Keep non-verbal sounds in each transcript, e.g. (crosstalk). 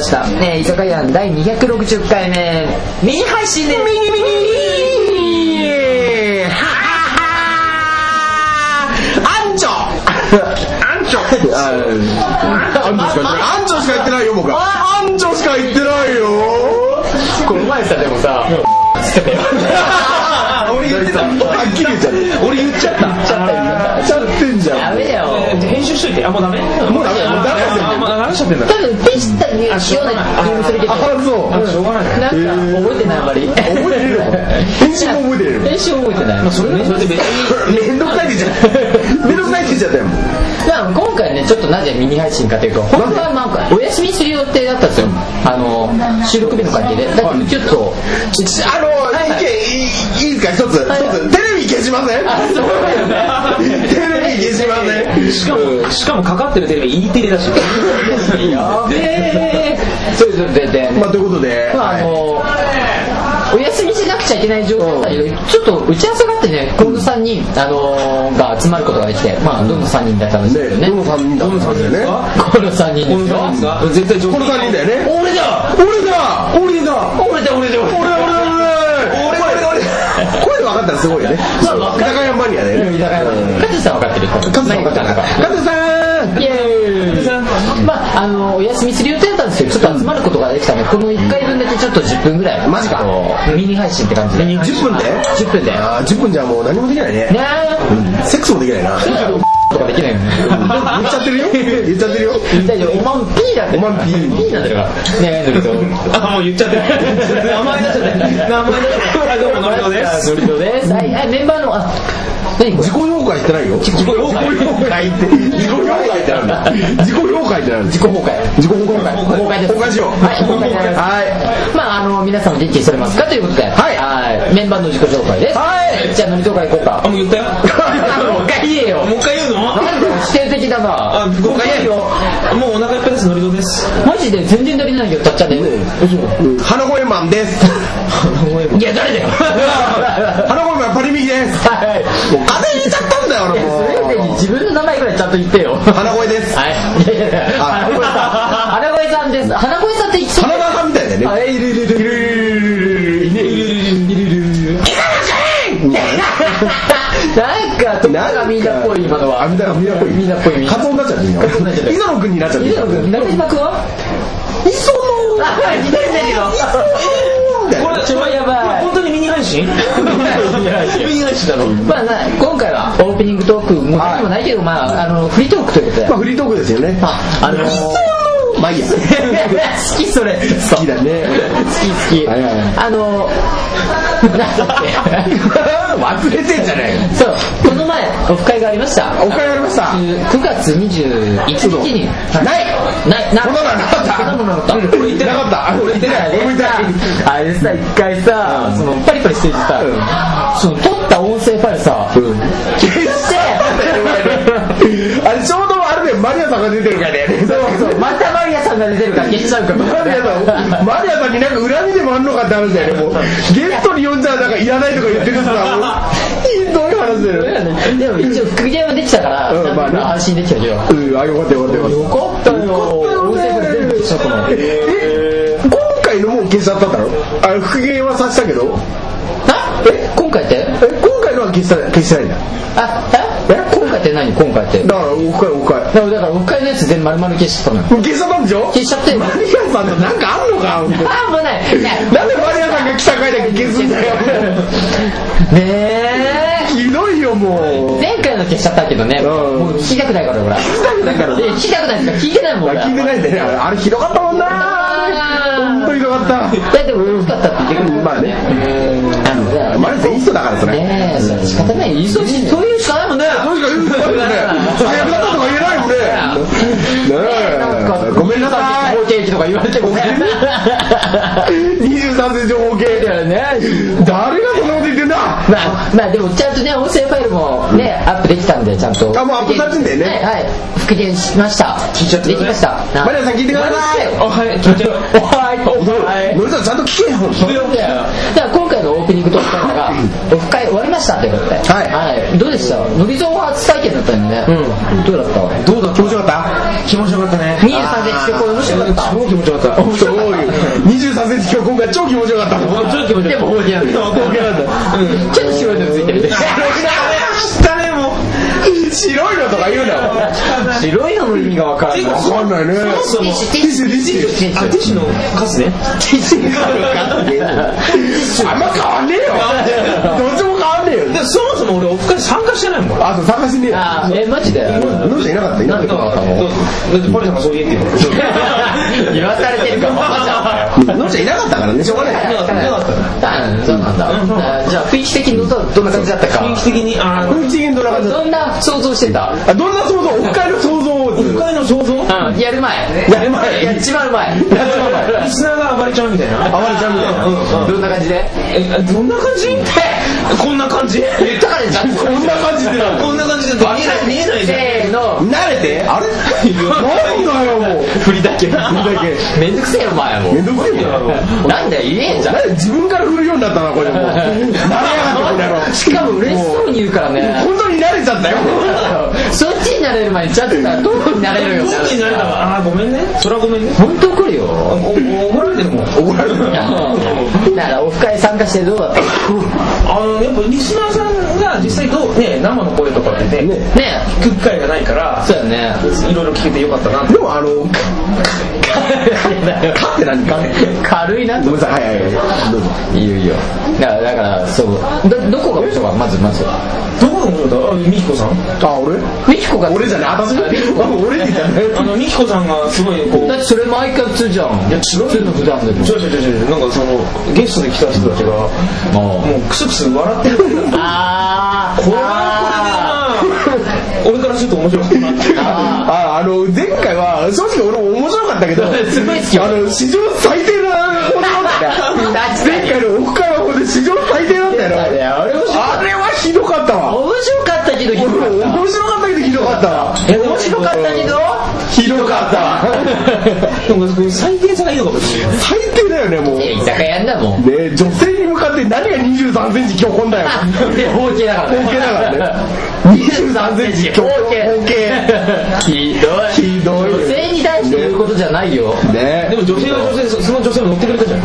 した、ね、居酒屋第260回目ミニ配信でミニミニミニはははアンチョアンチョアンチョしか言ってないよ僕はアンチョしか言ってないよこの前さでも (laughs) さ俺言ってたはっきり言っちゃった俺言っちゃった言っちゃった言っちゃってんじゃんやめよ編集しといてあもうダメもうダメもうダメですよもう流しちゃってんだ多分でしたねような気もするけどあそうあしょうがないねなんか覚えてないあまり覚えてるよ編集も覚えてる練習覚えてないまあそれでもそれで別にめんどくさいって言っちゃっためんどくさいって言っちゃったよまあ今回ねちょっとなぜミニ配信かというと本当はなんかお休みする予定だったんですよあの収録日の関係でだけどちょっとちあの意見いいいいですか一つ一つテレビ消しませんあそうだよねテレビ消しませんしかもしかもかかってるテレビ E テレだしやべえそういうことででまあということでまああはいのお休みしなくちゃいけない状況だけどちょっと打ち合わせがあってね近藤さんにあのーが集まることができてまあどの3人だったんですけどねねどの三人だったんだよねこの3人この3人が絶対上この三人だよね俺だ俺だ俺だ俺だ俺だ俺俺俺俺俺俺俺だ声で分かったらすごいよね居酒屋マニアだよねカズさん分かってるカカズさん分かったかカズさんイエーイまああのお休みする予定だったんですけどちょっと集まることができたんでこの1回分だけちょっと10分ぐらいマジかあのミニ配信って感じで10分で10分だよあー10分じゃもう何もできないねねセックスもできないなえとかできないよね言っちゃってるよ言っちゃってるよ大丈夫おまん P だっておまん P ーなんだからねえどうあもう言っちゃってる名前出ちゃってる名前出ちゃってるあどうものりのです (laughs) ノリノですはいはいメンバーのあ何これ自己評価言ってないよ自己自己評価言って自己評価言ってなんだ自己評価言ってなんだ自己崩壊自己評価崩壊です崩壊しようはい崩壊ですはまああの皆さんも元気にされますかということではいいメンバーの自己紹介ですはいじゃあ何紹介いこうかあもう言ったよもう一回言えよもう一回言うのなんで否定的だなあ誤解よもうお腹いっぱいですのりのですマジで全然足りないよたっちゃんねい花声マンですいや誰だよ花声マンパリミキですはいもう風邪ひいちゃったんだよ俺もそれよりう自分の名前ぐらいちゃんと言ってよ花声ですはい。いやいやいやあ花声さん。花声さんです。花声さんって一花川さんみたいだよねあいるいるいるいるいるいるいるいるいるいる。なんかとこがみんなっぽい今のは。あみんなみんなっぽいみんなっぽいみんなカツオになっちゃっていいのツオになっちゃって磯野君になっちゃっていい水野君中島君は？磯野あ似てるねみたいなこれ超やばい本当にミニ配信 (laughs) ミニ配信なのまあな今回はオープニングトークも何もないけどまああのフリートークということでま。あフリートークですよねああのまあいいや (laughs) 好きそれ。好きだね好き好き。はいはいあの (laughs) なんだっけ。忘れてんじゃないそう、この前、オフ会がありました。オフ会がありました9月21日に。ないない、なこんなのはなかったこんなのはなかった。俺言ってなかったあ俺言ってない俺言ってないあれさ、一回さ、その、パリパリしててさ、その、撮った音声ファイルさ、消して、あれちょうどあれだよマリアさんが出てるからねそうそう、またマリアさんが出てるから消しちゃうから。マリアさんマリアさんになんか恨みでもあんのかって話だよねもうゲストに呼んじゃなんかいらないとか言ってるしさもうひどい話だよねでも一応、復元はできたから、うんなんまあねか安心できたけど。ようんあよかったよかったよかったかったよ。音声ファイル全部消しちゃったの。え今回のもう消しちゃったんだろあれ復元はさせたけどあえ今回ってえ今回のは消した消してないんだあええ今回って何今回ってだからオフ会オフ会だからだからオフ会のやつ全部丸々消しちゃったのよ消しちゃったんでしょ消しちゃっ (laughs) てんのマリアさんとなんかあんのか本あもうないね当なんでマリアさんが来た回だけ消すんだよえひどいよもう前回の消しちゃったけどねうんもう聞きたくないから俺聞きたくないからえ聞きたくないですか聞いてないもん俺聞いてないんだよねあれあれひどかったもんな本当ひどかっただって俺嬉しかったって言ってくれるまあねあのじゃあマリアさんいい人だからそれねえそれ仕方ない忙しいそういうしかないもんね確か言うんだよね早くなったとか言えないもんねねえごめんなさい合計とか言われてもね23世情報系だよね (laughs) 誰がそんなこと言ってんだまあ、まあでもちゃんとね、音声ファイルもね、アップできたんで、ちゃんと。あもうアップされてんだよねはい、はい。復元しました。聞いちゃってでるきねました。マリアさん聞いてくださいおあはい聞いちゃうはい、おはい。ノリさんちゃんと聞けよ聞くよだから今回のオープニングトークテーマが、オフ会終わりましたということで。はいどうでしたのりぞう初体験だったんでね。うん。どうだったどうだ気持ちよかっ気持ちよかったね23センチ今日面白かった超気持ちよかったそういう23センチ今日今回超気持ちよかったもんちょっと気持ちでも大きなんだよ光景なんだちょっと白いのついてるで汚ねも白いのとか言うな白いのの意味が分からない分かんないねティッシュティッシュティッシュティッシュあティッシュのカスねティッシュがあるからあんま変わんねえよどっちも変わんねえよでもそもそも俺オフ会参加してないもんあと探しねえよあーえマジでノブちゃんいなかったいなかったそうだってポリさんがそう言えって言うから言わされてるかもノブちゃんいなかったからねしょうがないなかったあそうなんだあーじゃあ雰囲気的にどんなどんな感じだったか雰囲気的にあのこれ一元どんな感じだっどんな想像してたたあどんな想像オフ会の想像をオフ会の想像うんやる前やる前やっちまう前リスナーが暴れちゃうみたいな暴れちゃうみたいなうんどんな感じでうんえどんな感じこんな感じ言ったからじゃんこんな感じでなこんな感じで見えない見えないじゃんせーの慣れてあれなんだよもう振りだけ振りだけめんどくせえよお前はもめんどくせえようなんだよ言えんじゃんなんで自分から振るようになったなこれもう慣れやがってこの野郎しかも嬉しそうに言うからね本当に慣れちゃったよそっちになれる前にちゃんとさどうになれるよどっちになれたかあーごめんねそれはごめんね本当怒るよおお怒られてるもん怒られるだからオフ会参加してどうだったねあのやっぱリスナーさんが実際どうね生の声とかでね聞く機会がないからそう (laughs) だよねいろいろ聞けてよかったなってでもあの「か」って何か軽いなごめとんなさいはいはいはいどうぞいいよいいよだからだからそうどどこが面白かったまずまずどこが思ったあミキコさんあ俺ミキコが俺じゃない私あ俺って言ったねあのミキコさんがすごいこうだってそれ毎回普通じゃんいや違うよ普通の普段でもちょちょちょちょなんかそのゲストで来た人たちがもうクスクス笑ってるあーこれはこれでまあ俺からすると面白かったなってあああの前回は正直俺も面白かったけど (laughs) すごい好きよあの史上最低な俺だったよーだって前回のオフ会はほんで史上最低だったよいやあれ面白かあれはひどかったわ面白かったけどひどかった面白かったけどひどかったわいやでも面白かったけどひどかったわでも最低さがいいのかもしれない最低だよねもういや居酒屋やんだもんね女性に向かって何が23センチ巨根だよいや包茎だから包茎だからね23センチ巨根包茎ひどいひどいよ女性に対して言うことじゃないよねでも女性は女性そその女性も乗ってくれたじゃん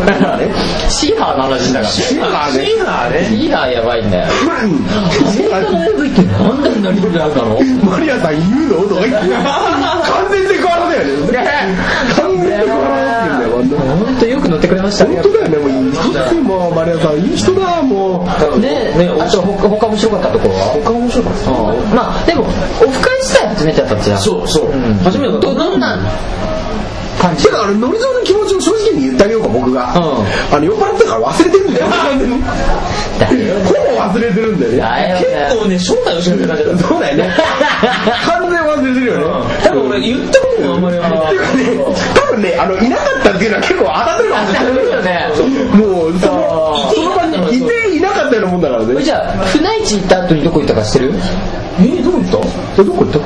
シーハーの話だからシシーハーねシーハーねーハーやばいんだよアメリカの AV ってなんで何でなんだろうマリアさん言うのとか言って完全セクハラだよね完全セクハラって言うんだよ本当よく乗ってくれましたね本当だよねもういい人だよもうマリアさんいい人だもうねあと他他面白かったところは他面白かっうんまあでもオフ会自体初めてだったじゃんそうそううん初めてだったどどんな感じてかあのノリゾーの気持ちを正直に言ってあげようか僕が、うあの酔っ払ってたから忘れてるんだよだよほぼ忘れてるんだよねだよね結構ね正体を知らない感じだったそうだよね完全忘れてるよね多分俺言ったこともあんまりてかね多分ねあのいなかったっていうのは結構当たってるかもしれないよねもうそのその場にいていなかったようなもんだからねじゃあ船市行った後にどこ行ったか知ってるえどう言ったえどこ行ったい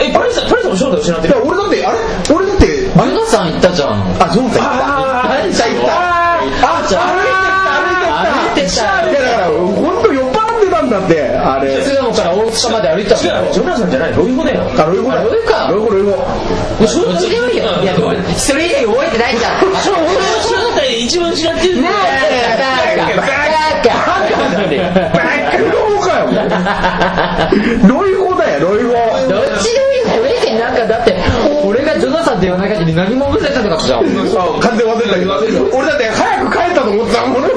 えパリさんパリさんも正体を知らないや俺だってあれ俺だってあれナさん行ったじゃんあゾンさん行ったあ行った行ったあじゃ歩あいてきた歩いてきた歩いてきいたやだから本当酔っ払ってたんだってあれ巣鴨から大塚まで歩いたんだ違うジョナサンじゃないロイホだよあロイゴだロイゴかロイゴロイゴ正どっちでもいいよいや俺それ以外覚えてないじゃん正体一番知らってるバカバカバカロイゴかよもうロイゴだよロイゴどっちでもいいよそれ以外なんかだって俺がジョナサンって言わない限り何も覚えてなかったじゃんそう完全忘れたけど俺だって早く帰ったと思ってたもん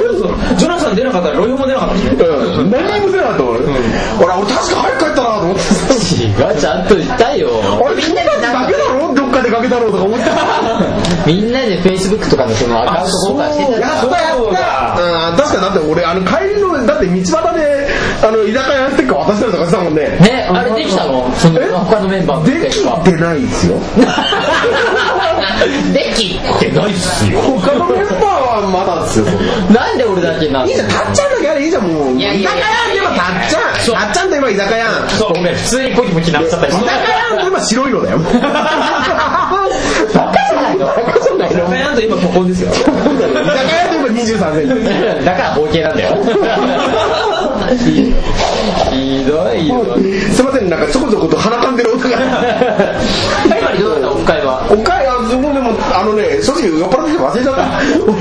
ジョナサン出なかったらロイホも出なかったしねうん何にも出なかった俺俺俺確か早く帰ったなと思って違うちゃんと言ったよ俺みんなでだけだろどっか出かけだろうとか思ってたみんなで Facebook とかのそのアカウント交換してたじゃんそうだそうだうん確かだって俺あの帰りのだって道端であの居酒屋ステッカー渡したりとかしたもんねねあれできたのそのえ他のメンバーのできてないですよできってないっすよ他のメンバーはまだですよそんななんで俺だけなんいいじゃんたっちゃんだけあれいいじゃんもういやいやいや居酒屋今たっちゃんたっちゃんと今居酒屋そう俺普通にポキポキなっちゃったり居酒屋今白いの (laughs) だよバカじゃないのバカじゃないのなんと今ここですよ居酒屋と今23センチだから包茎なんだよひひどいよすいませんなんかちょこちょこと鼻かんでる音がやっぱりどうだったオフ会はおかえは自分でもあのね正直酔っ払ってて忘れちゃった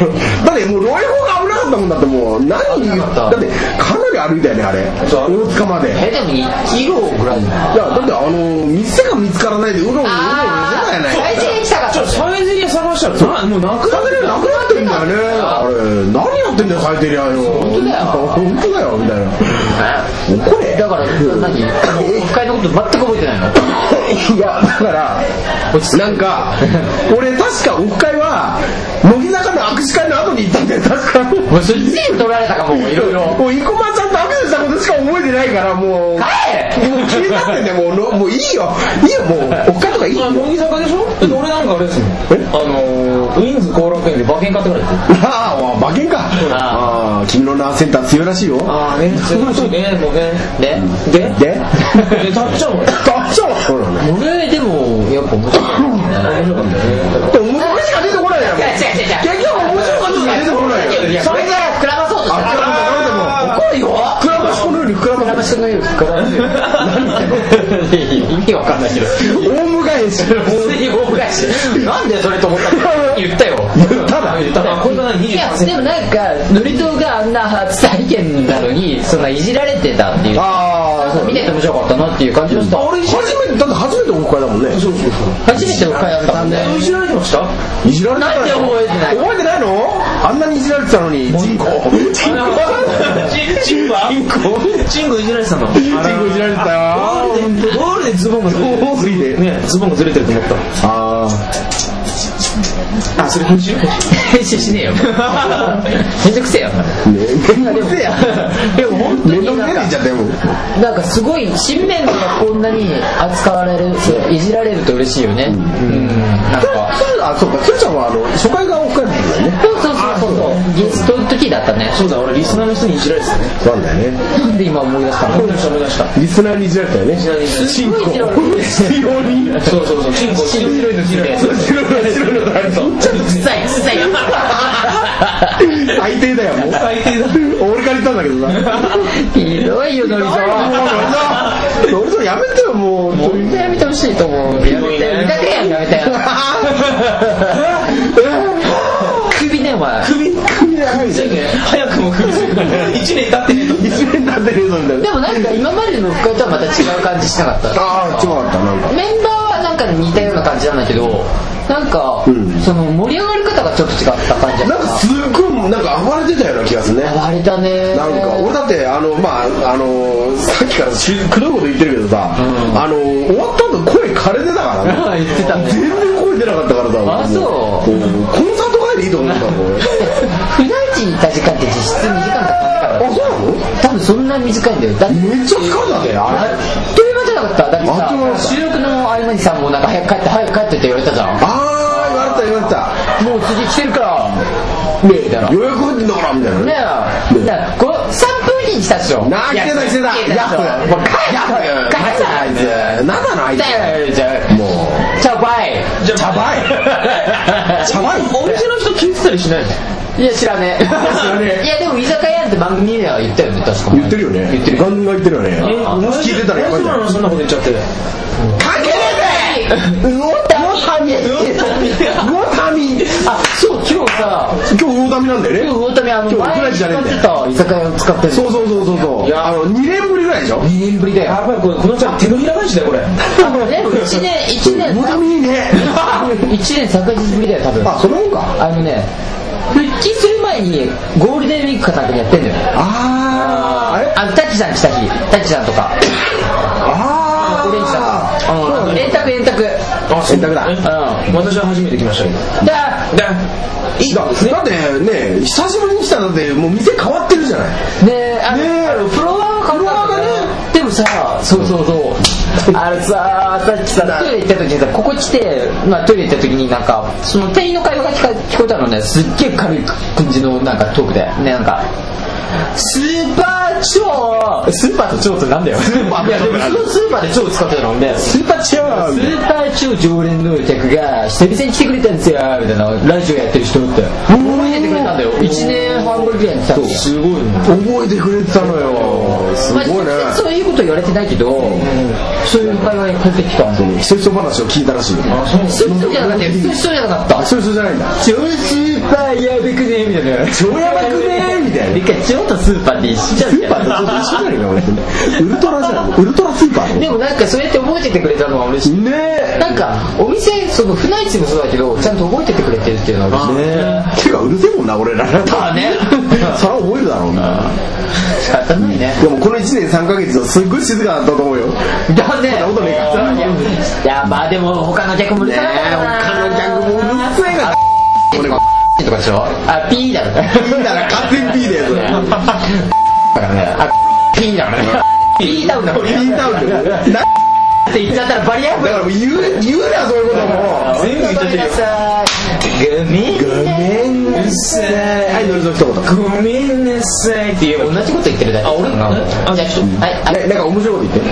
(laughs) だってもうロイホが危なかったもんだってもう何危なかっただってかなり歩いたよねあれそう大塚までえでも1キロぐらいじゃないいやだってあの店が見つからないでうろうろうろうろしてたよあねー最初に来たかっちょたサイゼリア探したらなもうなくなってるなくなってんだよねあれ何やってんだよ最低やよ本当だよ本当だよみたいな怒れだから何オフ会のこと全く覚えてないのいやだからなんか俺確かオフ会は乃木坂の握手会の後に行ったんだよ確かもうそれ全部取られたかもいろいろもう生駒ちゃんと握手したことしか覚えてないからもう帰もう気になってんだよもうの (laughs) もういいよいいよもうオフ会とかいいよあ乃木坂でしょだって俺なんかあれですもんあのーウィンズ後楽園で馬券買ってからですよああ馬券かああ君の名はセンター強いらしいよああね忙しいねもうねででででたっちゃんもねダッチョそうなの俺でもやっぱ面白かったね面白かっでたねも面白いしか出てこないやん違う違う違う結局面白かったしか出てこないよいやそれから膨らまそうとしたらあ怒るよ膨らましこのように膨らまし私の (laughs) 言う膨らませる意味わかんないけどオウム返し水泡返しなんでそれと思ったの言ったよ (laughs) ただだからこれが何いやでもなんかノリトがあんな初体験なのにそんないじられてたっていうああそう見てて面白かったなっていう感じがした俺初めてだって初めてオフ会だもんねそうそうそ初めての会だったんでいじられてましたういじられてなんで覚えてない覚えてないのあんなにいじられてたのに人口人口チンコチンコチンコいじられてたのチン人口いじられてた (laughs) よでゴールでズボンがずれて大振りでるねズボンがずれてると思っあたあそれ編集 (laughs) 編集しねえよめんどくせえよあめんどくせえやでも本当めんにどく (laughs) せえでないんっちかゃったよもうなんかすごい新メンバーがこんなに扱われるそういじられると嬉しいよねうんなんかあそうかつーちゃんはあの初回がオフ会だったんだよねそうそうそうそうゲストの時だったねそう (laughs) だ俺リスナーの人にいじられてたねなんだよねなんで今思い出した思のい出した思い出したリスナーにいじられたよねすごいいじられる (laughs) 必要にそうそうそうチンコチンコいじられてた白い白いのがあるぞ臭い (laughs) 臭い最低だよもう最低だ (laughs) 俺から言ったんだけどなひどいよのりさも (laughs) う俺それやめてよもうもう本当やめてほしいと思うやめてやめてやめて首ねお前首首で長いじゃん早くも首するから一年経ってね一年経ってるよみたいでなもなんか今までの深井とはまた違う感じしなかったああ違かったなんかメンバーはなんか似たような感じなんだけどなんか、うんその盛り上がり方がちょっと違った感じなだっんたかすっごいもうなんか暴れてたような気がするね暴れたねなんか俺だってあのまああのさっきからしくどいこと言ってるけどさ、あの終わった後声枯れてたからね言ってたね全然声出なかったからさあそうもコンサート帰りでいいと思ったもん俺船市にいた時間って実質2時間だったからあそうなの多分そんな短いんだよだってめっちゃ疲れたねあれあっという間じゃなかっただってあっという間だったさ収録の合間にさもうなんか早く帰って早く帰ってって言われたじゃんあー言われた言われたもう次来てるからねえだろね予約入ってんだからみたいなえねだからこう3分以内にしたでしょなあ来てた来てたいやヤフーもう帰るヤフー帰るあいつなんなのあいつじゃもうあチャバイじゃあばい茶番お店の人聞いてたりしないのいや知らねえいやでも居酒屋って番組では言ったよね確か言ってるよね言ってるガンガン言ってるよね聞いてたらやばいじゃんそんなこと言っちゃって関係ねえぜ魚民魚民あそう今日さ今日魚民なんだよね魚民あ今の日前ぐらいにじゃねえ使んっだよてた居酒屋を使ってるそうそうそうそうそうあの2年ぶりぐらいでしょ2年ぶりだよやばいこれこのちゃん手のひら返しだよこれ多分ね1年1年魚民いいね1年3ヶ月ぶりだよ多分あそのもんかあのね復帰する前にゴールデンウィークかなんかにやってんのよあーあれあのタッチさん来た日タッチさんとかあーオレンジさんそうあなんのだ円卓円卓あ洗濯だうん私は初めて来ましたけどだでいいだだってね久しぶりに来たんだってもう店変わってるじゃないねあねえのあのフロアは変わったんだよフロアがねでもさそうそうそうあれさタッチさんトイレ行った時にさここ来て、まあ、トイレ行った時になんかその店員の会話が聞か聞こえたのねすっげえ軽い感じのなんかトークでねなんかスーパー超スーパーと超ってなんだよスーパーといやでもそのスーパーで超使ってたのねスーパー超スーパー超常連の客が久々に来てくれたんですよみたいなラジオやってる人って覚えててくれたんだよ1年半ぶりぐらいに来たんですよすごいね覚えてくれてたのよそうすごいねそういうこと言われてないけど、そういう会話に帰ってきたんで季節話を聞いたらしいよねそういう人じゃなかったそういう人じゃなかったあそういう人じゃないんだ超スーパーやべくねみたいな超やばくねみたいな一回超とスーパーで一緒じゃんスーパーと一緒だよね俺ウルトラじゃんウルトラスーパーでもなんかそうやって覚えててくれたのは嬉しいねえなんかお店その船市もそうだけどちゃんと覚えててくれてるっていうのは嬉ねえてしいかうるせえもんな俺らだねそれは覚えるだろうな仕方ないねでもこの1年3ヶ月はすっごい静かだったと思うよだねそんなことねえかいやいやまあでも他の客もうるさい他の客もうるさいから俺がとかでしょあピーだろいいなら完全 P だよそれだからねあピーだからねピーダウンだもんね P タウン (laughs) だよなだって言っちゃったらバリアフからもう言う言うなそういうことも全部言っちゃってるよグミごめんなさいはいのりぞき一言ごめんなさいって言えば同じこと言ってるだけあ俺あじゃあちょっとはいあねなんか面白いこと言っては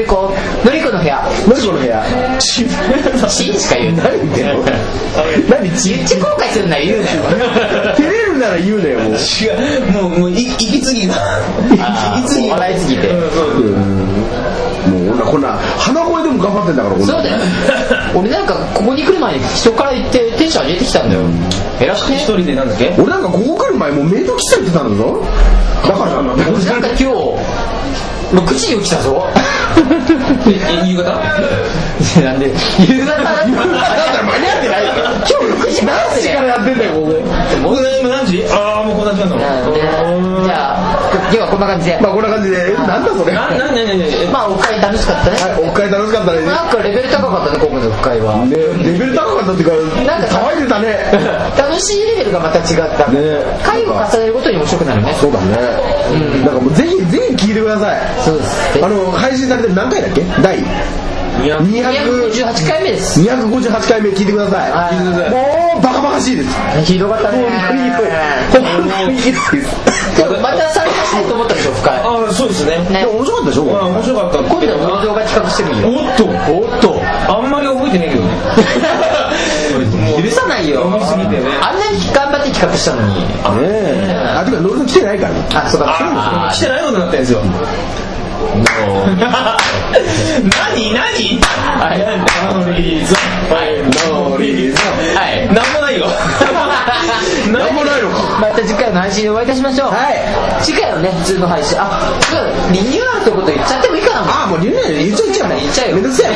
いのりこのりこのりこの部屋のりこの部屋シーンしか言うな何言ってんの何ち言っち後悔するなら言うなよ (laughs) 照れるなら言うなよもう違うもうもうい息継ぎがあー息継ぎが笑いすぎてうんそうもう俺らこんな鼻声でも頑張ってんだからこんなそうだよ俺なんかここに来る前に人から言ってテンション上げてきたんだよ偉くね一人でなんだっけ俺なんかここ来る前もうメイド喫茶行ってたんだぞだ (laughs) からなんだ俺なんか今日6時に起きたぞえ夕方 (laughs) なんで夕方だだから間に合ってないよ今日6時何何時からやってんだよここ僕が今何時ああもうこんな時間だもんじゃあ今日はこんな感じでまあこんな感じでなんだそれ (laughs) なななななまあお会楽しかったねはいお会楽しかったねなんかレベル高かったね今回の会はねレベル高かったっていうかなんかさ騒いで (laughs) たね楽しいレベルがまた違ったね会を重ねるごとに面白くなるねそうだねなんかもうぜひぜひ聞いてくださいそうですあの配信されてる何回だっけ第200 200 258回目です258回目聞いてくだはさいいもうバカバカしいですひどかった本ね当にひどい本当にひどいですでもまた参加したいと思ったでしょ深いああそうですねでも面白かったでしょこれああ面白かった今度は農場が企画してみるよおっとおっとあんまり覚えてないけどね許 (laughs) さないよ飲みすぎてねあんなに頑張って企画したのにねえあてかノルさん来てないからねあそうかあー来てないことになってんですよ何何いノリゾンノリゾンはいなんもないよ何もないのかまた次回の配信でお会いいたしましょうはい次回はね普通の配信あうんリニューアルってこと言っちゃってもいいかなああもう言うなよ言っちゃい言っちゃ言っちゃ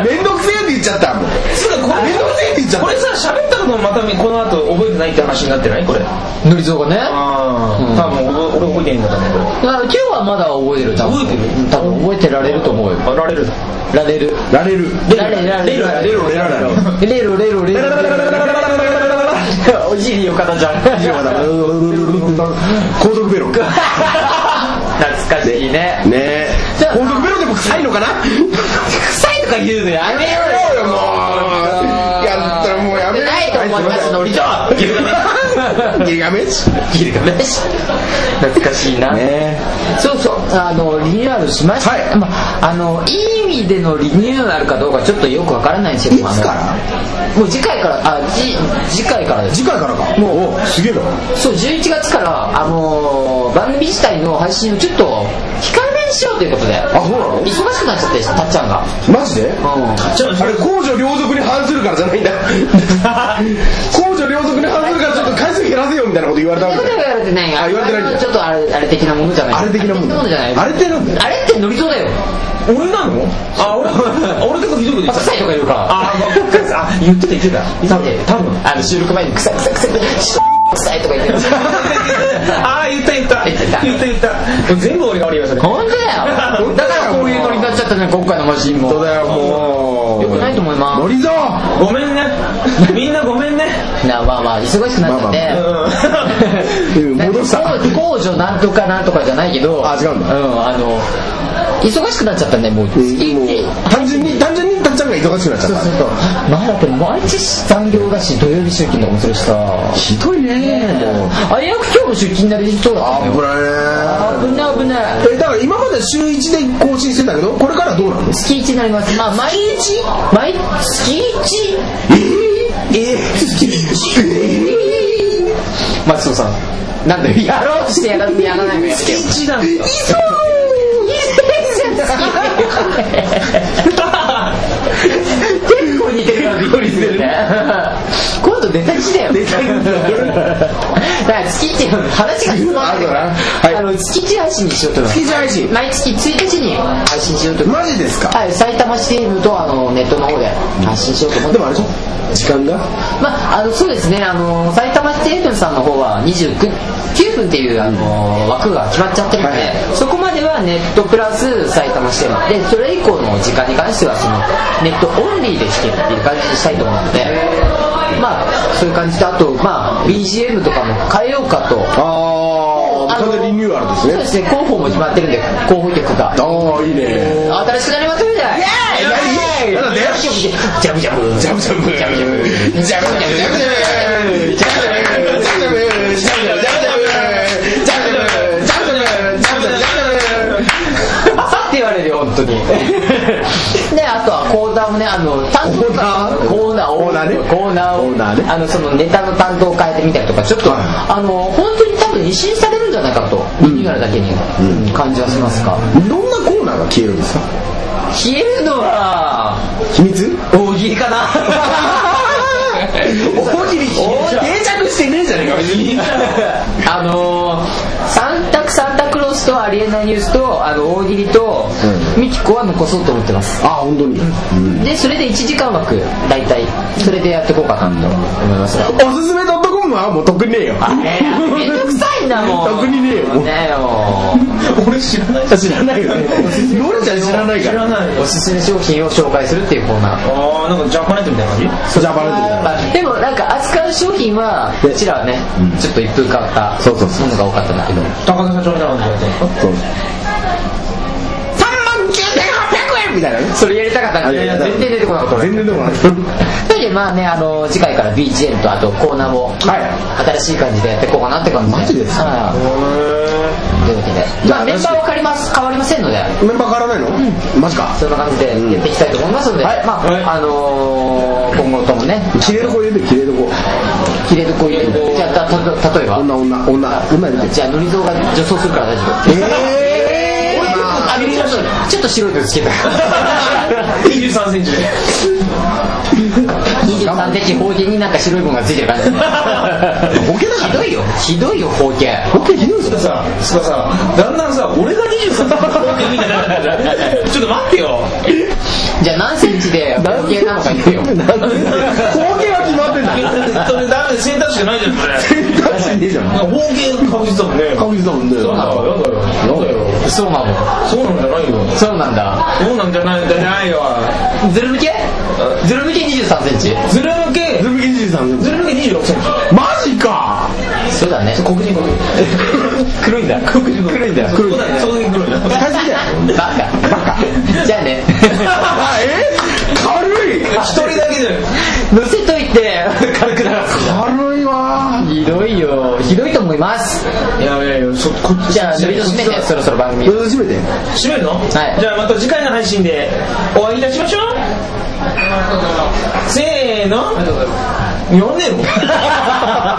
えめよんどくせえもんめんどくせえって言っちゃったもうつうかこれめんどくせえって言っちゃったこれさ喋ったこともまたこの後覚えてないって話になってないこれノリゾーがねあうん多分俺俺覚えてないんだと思うこれだから今日はまだ覚えてる多分覚えてるうん多分覚えてられると思うよあられるられるられるられるられるられレロるレラレロレロレロレロレロおじいによかたじゃん高速ベロね懐かしいねえ高速ベロでも臭いのかな臭いとか言うのやめようよもうやったらもうやめようないと思いますノリゾーギルガメッシュギルガメッシュ懐かしいな、ねそうそうあのリニューアルしました、はいまあのいい意味でのリニューアルかどうかちょっとよくわからないんですけどいつからあのもう次回からあじ次回からです次回からかもうすげえなそう11月から、あのー番組自体の配信をちょっと控えめにしようということであそうなの忙しくなっちゃってたっちゃんがマジでうんあれ公序良俗に反するからじゃないんだ公序良俗に反するからちょっと回数減らせよみたいなこと言われたわそけういうことはだよ言われてないあ言われてないんだあはちょっとあれあれ的なものじゃないあれ的なもんだあれ的なものじゃないあれってなんだよあれってノリゾだよ俺なのあ俺俺結構ひどいこと言ってた臭いとか言うからあああ言ってた言って多た分多分あの収録前に臭い臭い臭い臭い臭いとか (laughs) 言ってるああ言った言った言ってた言った言った全部俺が悪いよそれ本当だよだからこういうノリになっちゃったね今回のマシンも本当だよもうよくないと思いますノリゾーごめんねみんなごめんねなまあまあ忙しくなっちゃって、まあうんうん戻したなんか工場なんとかなんとかじゃないけどあ違うんだうんあの忙しくなっちゃったねもうう月んも一う単純に単純にたっちゃんが忙しくなっちゃっそうたするとまあだって毎日残業だし土曜日出勤とかもするしさひどいねもうあやく今日も出勤になりそうだった危ないね危ない危ないえだから今まで週一で更新してたけどこれからどうなの月一になりますまあ毎日毎月一ええ月一まあそうさなんだよやろうしてやらずにやらないのやめよう一なんですよ (laughs) (laughs) 結構似てるからびっくりするね今度出たきだよ出たきだから月って話が広がるからいあの月地配信にしようと思う月地配信毎月1日に配信しようと思うマジですかはい埼玉市政府とあのネットの方で発信しようと思っでてもあれでしょ時間がまあ、あのそうですね、あの埼玉ステーブンさんの方は29 9分っていうあの枠が決まっちゃってるので、はいそこまではネットプラス埼玉ステーブンで、それ以降の時間に関してはそのネットオンリーで弾けるっていう感じにしたいと思うので、まあ、そういう感じと、あと、まあ、BGM とかも変えようかと。あああの完全リニューアルですそうでねすね、候補も決まってるんで、候補曲あが。あいいね新しくなりましたみたいな。イエーイなんだねジャブジャブ。ジャブジャブ。ジャブジャブ。ジャブジャブ。バサって言われるよ本当にであとはコーナーもねあの担当コーナーコーナーねコーナーをコーナーねあのそのネタの担当を変えてみたりとかちょっと、はいあの本当に多分一新されるんじゃないかと、リニューアルだけに、うん感じはしますがどんなコーナーが消えるんですか消えるのは秘密大喜利かな大喜利着してねえじゃねえか別にあのー、サンタクサンタクロースとありえないニュースとあの大喜利と、うミキコは残そうと思ってますあ本当に、でそれで1時間枠大体それでやっていこうかなと思いますがおすすめドットコムはもう特にねえよあれめんどくさいんだもん特にねえよねえよ (laughs) 俺知らない知らないよねノルちゃん知らないからないおすすめ商品を紹介するっていうコーナーああなんかジャパネットみたいなジ感ャパネットみたいなまあでもなんか扱う商品はうちらはね、ちょっと一風変わったそうそうそうものが多かったんだけどじ高田社長みたいな感じでやってそう3万9800円みたいなねそれやりたかったんだいやいやけど全然出てこなかった全然でもないそれでまあねあの次回から BGM とあとコーナーもは新しい感じでやっていこうかなって感じでマジですかはいというわけでじゃあまあメンバーは変わります変わりませんのでメンバー変わらないの、マジかそんな感じでやっていきたいと思いますので、はいまあ、はいあのー、今後ともね、切れる子入れて切れる子切れる子入れる子じゃあ、たた例えば、女女女女入れてじゃあ、のりぞうが女装するから大丈夫。え俺あげてみましょうちょっと白いのつけた。 23センチで23的方形になんか白いものがついてる感じ。ボケだからひどいよ、ひどいよ、方形。ボケひどいつかさつかさだんだんさ俺が23センチみたいになってるちょっと待ってよじゃあ、何センチで方形なのか言ってよ。ボケは決まってんだそれダメセンターしかないじゃんそれ確かにねえじゃん方形確実だもんね確実だもんねそうなんだよやだよやだよそうなの。そうなんじゃないよそうなんだ。そうなんじゃないんじゃないよズル向けズル向け23センチ。ズル向けズルビキじいさんズル向け26センチマジかそうだね。黒人黒人黒いんだ黒人黒いんだ黒いんだそこだけ黒いんだ大好きだよバカ。バカ。じゃあね。あえ軽い一人だけじゃない乗せといて、軽くならす。軽いわひどいよひどいと思いますやべえよそこじゃあのりと締めてそろそろ番組どうぞ閉めて閉めるのはいじゃあまた次回の配信でお会いいたしましょうせーの呼んでんの面白い白い呼んでんの呼んでんの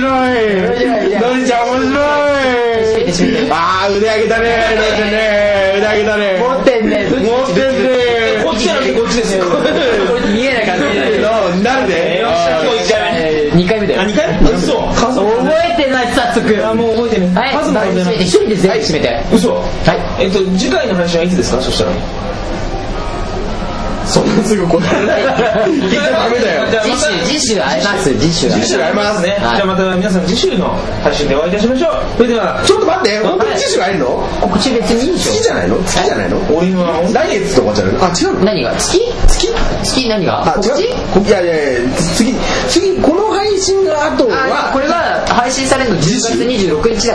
ねのりちゃん面閉めて閉め白いてああ腕上げたねのりちゃんね腕上げたね持ってんね持ってんねこっちじゃなくてこっちですよこれ見えない感じのなるでよっしゃ今日一回目2回目だよあ二回目嘘数も数も覚えてない早速あもう覚えてるはい数も番数組え締なめいて一人で全部締めて嘘はいえっと次回の配信はいつですかそしたらそんなすぐ答えられない結局ダメだよじゃあま次た週次週会います次週会いま次す週会いますね、はいじゃあまた皆さん次週の配信でお会いいたしましょうそれではちょっと待って本当に次週会えるの好告知別にいいできしじょゃないの好きじゃないの俺は来月とかじゃないのあ違うの何が月月月何があ告知違うこいやいやいや次次この配信の後あはこれは配信されるの10月26日だ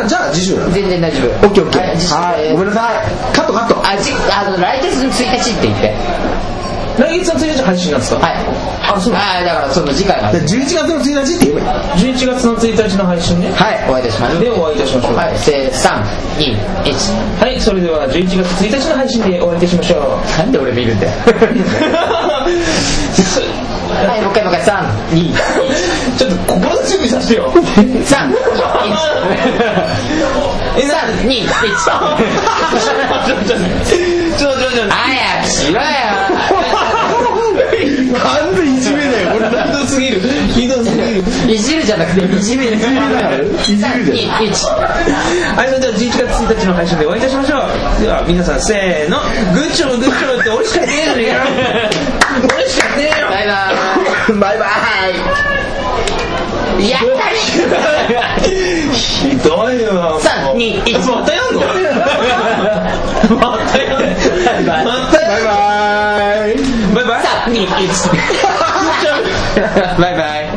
ああじゃあ次週ならの全然大丈夫オッケーオッケーはい次週はいごめんなさいカットカットあじあの来月の1日って言って来月の1日配信なんですかはい。あそうはい、だからその次回がで11月の1日って言えばいい11月の1日の配信ねはい、お会いいたしましょう。でお会いいたしましょうはい、せー、3、2、1。はいそれでは11月1日の配信でお会いいたしましょうなんで俺見るんだよ。そはい、 6回の回321ちょっと心の準備させてよ。三、一、三、二、一。ちょっと待って待早くしろよ。完全いじめだよ俺って。ひどすぎる。ひどすぎる。いじるじゃなくて、いじめです。いじるじ三、二、一。はい、それでは11月1日の配信でお会いいたしましょう。では皆さん、せーの。グッチョブグッチョブって俺しかねえのによ。俺しかねえよ。バイバイ。バイバイ。やったひどいわ。ね。三、二、一。またやんの (laughs) またやんのバイバイまたやんバイバイのバイバイ。三、二、一。バイバイ。